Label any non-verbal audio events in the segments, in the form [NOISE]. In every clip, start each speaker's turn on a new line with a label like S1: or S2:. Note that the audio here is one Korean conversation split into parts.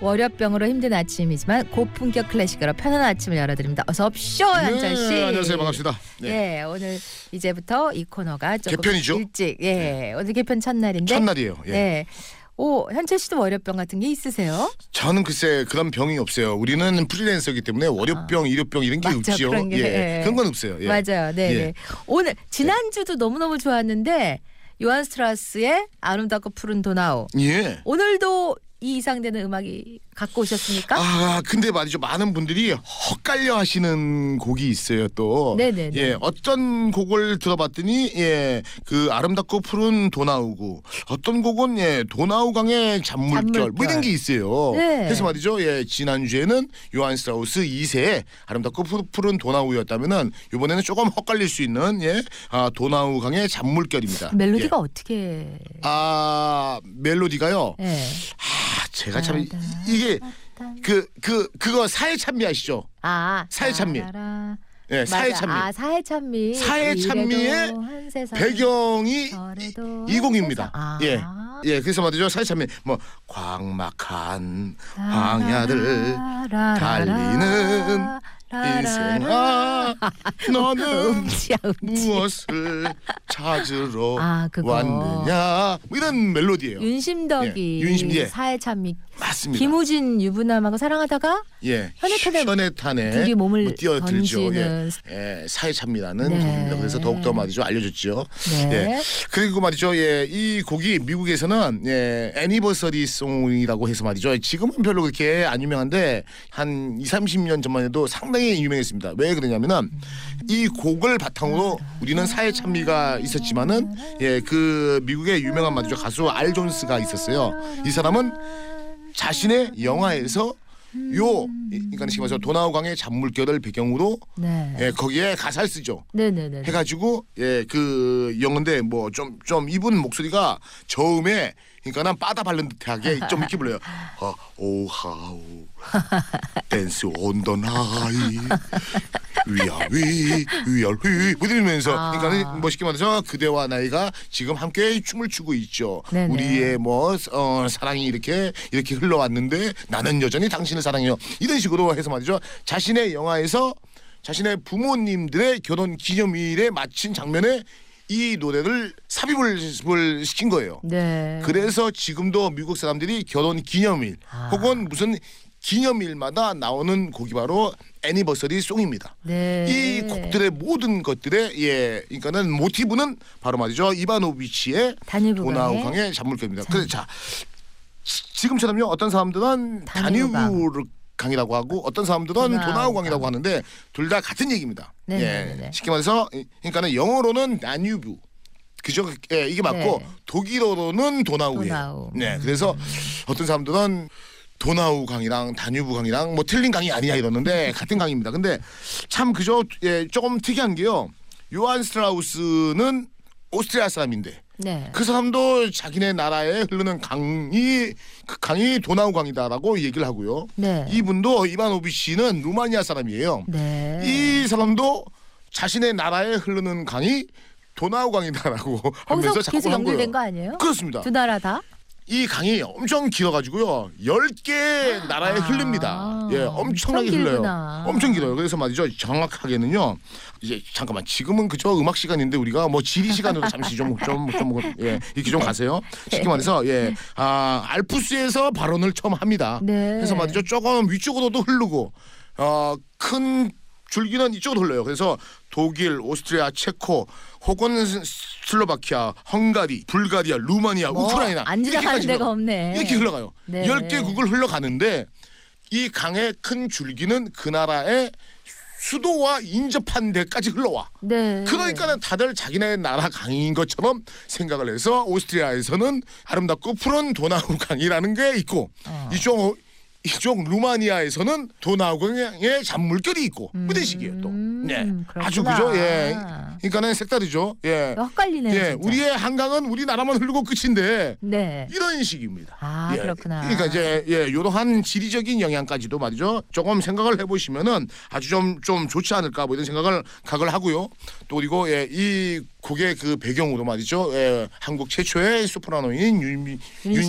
S1: 월요병으로 힘든 아침이지만 고품격 클래식으로 편안한 아침을 열어드립니다. 어서 옵쇼 한철 씨.
S2: 네, 안녕하세요. 반갑습니다. 네.
S1: 예, 오늘 이제부터 이 코너가 조금
S2: 개편이죠? 네.
S1: 일찍. 예, 오늘 개편 첫날인데.
S2: 첫날이에요. 예.
S1: 네. 오, 현철 씨도 월요병 같은 게 있으세요?
S2: 저는 글쎄 그런 병이 없어요. 우리는 프리랜서이기 때문에 월요병, 일요병 이런 게
S1: 맞아,
S2: 없지요.
S1: 그런 게,
S2: 예.
S1: 예.
S2: 그런 건 없어요. 예.
S1: 맞아요. 네.
S2: 예.
S1: 네. 오늘 지난주도 너무너무 좋았는데 요한 스트라스의 아름답고 푸른 도나우.
S2: 예.
S1: 오늘도 이 이상되는 음악이 갖고 오셨습니까?
S2: 아 근데 말이죠 많은 분들이 헛갈려 하시는 곡이 있어요 또
S1: 네네네.
S2: 예 어떤 곡을 들어봤더니 예그 아름답고 푸른 도나우고 어떤 곡은 예 도나우강의 잔물결,
S1: 잔물결.
S2: 뭐 이런 게 있어요
S1: 네.
S2: 그래서 말이죠 예 지난주에는 요한 스트라우스 2세의 아름답고 푸- 푸른 도나우였다면은 이번에는 조금 헛갈릴 수 있는 예아 도나우강의 잔물결입니다
S1: 멜로디가
S2: 예.
S1: 어떻게
S2: 아 멜로디가요
S1: 예.
S2: 아 제가 참 이- 이게 그 그 그, 거 사회 참미 아시죠
S1: 아,
S2: 사회 찬미.
S1: 따라라.
S2: 예 사회
S1: 맞아.
S2: 참미
S1: 아, 사회 찬미.
S2: 사회
S1: 이래도
S2: 찬미의
S1: 한 세상,
S2: 배경이
S1: 저래도
S2: 이 곡입니다.
S1: 한 세상.
S2: 예.
S1: 아.
S2: 예, 그래서 말이죠. 사실상 뭐 광막한 광야를 달리는 인생아 너는
S1: [LAUGHS] 음치야 음치.
S2: 무엇을 찾으러
S1: 아, 그거.
S2: 왔느냐 뭐 이런 멜로디예요.
S1: 윤심덕이
S2: 예, 윤심- 예.
S1: 사회 찬미.
S2: 맞습니다.
S1: 김우진 유부남하고 사랑하다가
S2: 예,
S1: 현해탄에
S2: 현해탄에
S1: 둘이 몸을
S2: 뭐 뛰어들죠. 예,
S1: 던지는
S2: 예, 사회 참미라는
S1: 네.
S2: 곡입니다. 그래서 더욱더 말이죠 알려졌죠.
S1: 네.
S2: 예, 그리고 말이죠. 예, 이 곡이 미국에서는 예, 애니버서리 송이라고 해서 말이죠. 지금은 별로 그렇게 안 유명한데 한 2, 30년 전만 해도 상당히 유명했습니다. 왜 그러냐면은 이 곡을 바탕으로 우리는 사회 참미가 있었지만은 예, 그 미국의 유명한 말이죠. 가수 알 존스가 있었어요. 이 사람은 자신의 영화에서 요 그러니까 지금 말해서 도나우강의 잔물결을 배경으로
S1: 네.
S2: 예, 거기에 가사를 쓰죠.
S1: 네네네.
S2: 해가지고 예그 영어인데 뭐 좀 좀 이분 목소리가 저음에 그러니까 난 빠다 바른 듯하게 좀 이렇게 불러요. [LAUGHS] 아, 오하우 댄스 온더 나이 위아위 위아위 뭐 이러면서
S1: 아.
S2: 그러니까 멋있게 말해서 그대와 나이가 지금 함께 춤을 추고 있죠.
S1: 네네.
S2: 우리의 뭐 어, 사랑이 이렇게 이렇게 흘러왔는데 나는 여전히 당신을 사랑해요. 이런 식으로 해서 말이죠. 자신의 영화에서 자신의 부모님들의 결혼 기념일에 마친 장면에 이 노래를 삽입을 시킨 거예요.
S1: 네.
S2: 그래서 지금도 미국 사람들이 결혼 기념일
S1: 아.
S2: 혹은 무슨 기념일마다 나오는 곡이 바로 애니버서리 송입니다.
S1: 네.
S2: 이 곡들의 모든 것들의 예, 그러니까는 모티브는 바로 말이죠 이바노비치의
S1: 단일부강의
S2: 도나우강의 잔물결입니다. 그래 자 지- 지금처럼요 어떤 사람들은
S1: 단일부강.
S2: 단일강이라고 하고 어떤 사람들은
S1: 도나우강.
S2: 도나우강이라고 하는데 둘 다 같은 얘기입니다.
S1: 네, 네, 네, 네.
S2: 예, 쉽게 말해서 이- 그러니까는 영어로는 나뉴뷰 그죠? 예, 이게 맞고
S1: 네.
S2: 독일어로는 도나우예요.
S1: 도나우. 음,
S2: 네, 그래서 어떤 사람들은 도나우 강이랑 다뉴브 강이랑 뭐 틀린 강이
S1: [LAUGHS]
S2: 아니야 이러는데 같은 강입니다. 근데 참 그저 예, 조금 특이한 게요. 요한 스트라우스는 오스트리아 사람인데
S1: 네.
S2: 그 사람도 자기네 나라에 흐르는 강이 그 강이 도나우 강이다라고 얘기를 하고요.
S1: 네.
S2: 이분도 이바노비치는 루마니아 사람이에요.
S1: 네.
S2: 이 사람도 자신의 나라에 흐르는 강이 도나우 강이다라고 [LAUGHS] 하면서
S1: 거기서
S2: 자꾸
S1: 계속
S2: 한 거예요. 그러니까.
S1: 연결된 거 아니에요?
S2: 그렇습니다.
S1: 두 나라 다?
S2: 이 강이 엄청 길어가지고요. 10개 나라에
S1: 아,
S2: 흐릅니다. 예, 엄청나게
S1: 엄청
S2: 흘러요.
S1: 길구나.
S2: 엄청 길어요. 그래서 말이죠. 정확하게는요. 이제 잠깐만 지금은 그저 음악 시간인데 우리가 뭐 지리 시간으로 잠시 좀 좀좀 예, 이렇게 좀 가세요.
S1: 네.
S2: 쉽게 말해서 예. 아, 알프스에서 발언을 처음 합니다.
S1: 네.
S2: 그래서 말이죠. 조금 위쪽으로도 흐르고 어, 큰 줄기는 이쪽으로 흘러요. 그래서 독일, 오스트리아, 체코 혹은 스- 슬로바키아, 헝가리, 불가리아, 루마니아,
S1: 뭐,
S2: 우크라이나
S1: 안 지나가는
S2: 이렇게까지
S1: 데가
S2: 흘러가요.
S1: 없네.
S2: 이렇게 흘러가요.
S1: 네.
S2: 열 10개 국을 흘러가는데 이 강의 큰 줄기는 그 나라의 수도와 인접한 데까지 흘러와.
S1: 네.
S2: 그러니까는 다들 자기네 나라 강인 것처럼 생각을
S1: 어.
S2: 해서 오스트리아에서는 아름답고 푸른 도나우 강이라는 게 있고 이쪽 이쪽 루마니아에서는 도나우강의 잔물결이 있고 그
S1: 음.
S2: 무대식이에요 또. 네. 아주 그죠? 예. 그러니까는 색다르죠. 예.
S1: 헷갈리네요.
S2: 예.
S1: 진짜.
S2: 우리의 한강은 우리나라만 흐르고 끝인데
S1: 네.
S2: 이런 식입니다.
S1: 아
S2: 예.
S1: 그렇구나.
S2: 그러니까 이제 예, 이러한 지리적인 영향까지도 말이죠. 조금 생각을 해보시면은 아주 좀 좀 좋지 않을까 뭐 이런 생각을 각을 하고요. 또 그리고 예, 이 곡의 그 배경으로 말이죠. 예, 한국 최초의 소프라노인 윤, 윤심덕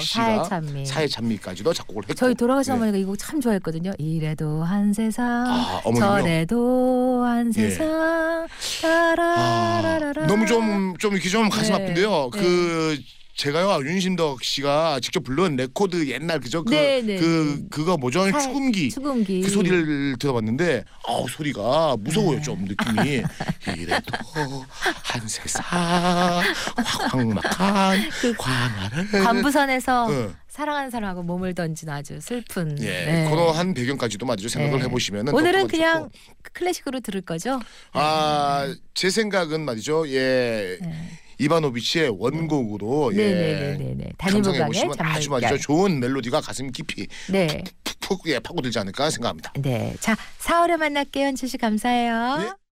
S1: 윤심덕,
S2: 씨가
S1: 사회찬미.
S2: 까지도 작곡을 했고
S1: 저희 돌아가신
S2: 예.
S1: 어머니가 이 곡 참 좋아했거든요. 이래도 한 세상,
S2: 아, 어머니요? 예.
S1: 저래도 한 세상.
S2: 아,
S1: 따라라라라.
S2: 너무 좀 좀 이렇게 좀 가슴
S1: 네.
S2: 아픈데요. 그 제가요 윤심덕 씨가 직접 불른 레코드 옛날 그죠 그,
S1: 네, 네.
S2: 그 그거 뭐죠
S1: 사-
S2: 추금기
S1: 수금기.
S2: 그 소리를 들어봤는데 어 소리가 무서워요 좀 느낌이 이래도 한 세상 황막한 광활을
S1: 관부산에서
S2: 예.
S1: 사랑하는 사람하고 몸을 던진 아주 슬픈.
S2: 예
S1: 네.
S2: 그러한 배경까지도 말이죠 생각을
S1: 네.
S2: 해보시면은
S1: 오늘은
S2: 또 그거
S1: 그냥
S2: 좋고.
S1: 클래식으로 들을 거죠.
S2: 아제 생각은 말이죠 예 이바노비치의 원곡으로 예
S1: 네. 네네네네.
S2: 감상해
S1: 단일부각의
S2: 보시면 아주 말이죠
S1: 잠물결.
S2: 좋은 멜로디가 가슴 깊이
S1: 네.
S2: 푹푹 예 파고들지 않을까 생각합니다.
S1: 네. 자, 4월에 만날게요. 현철 씨 감사해요.
S2: 네.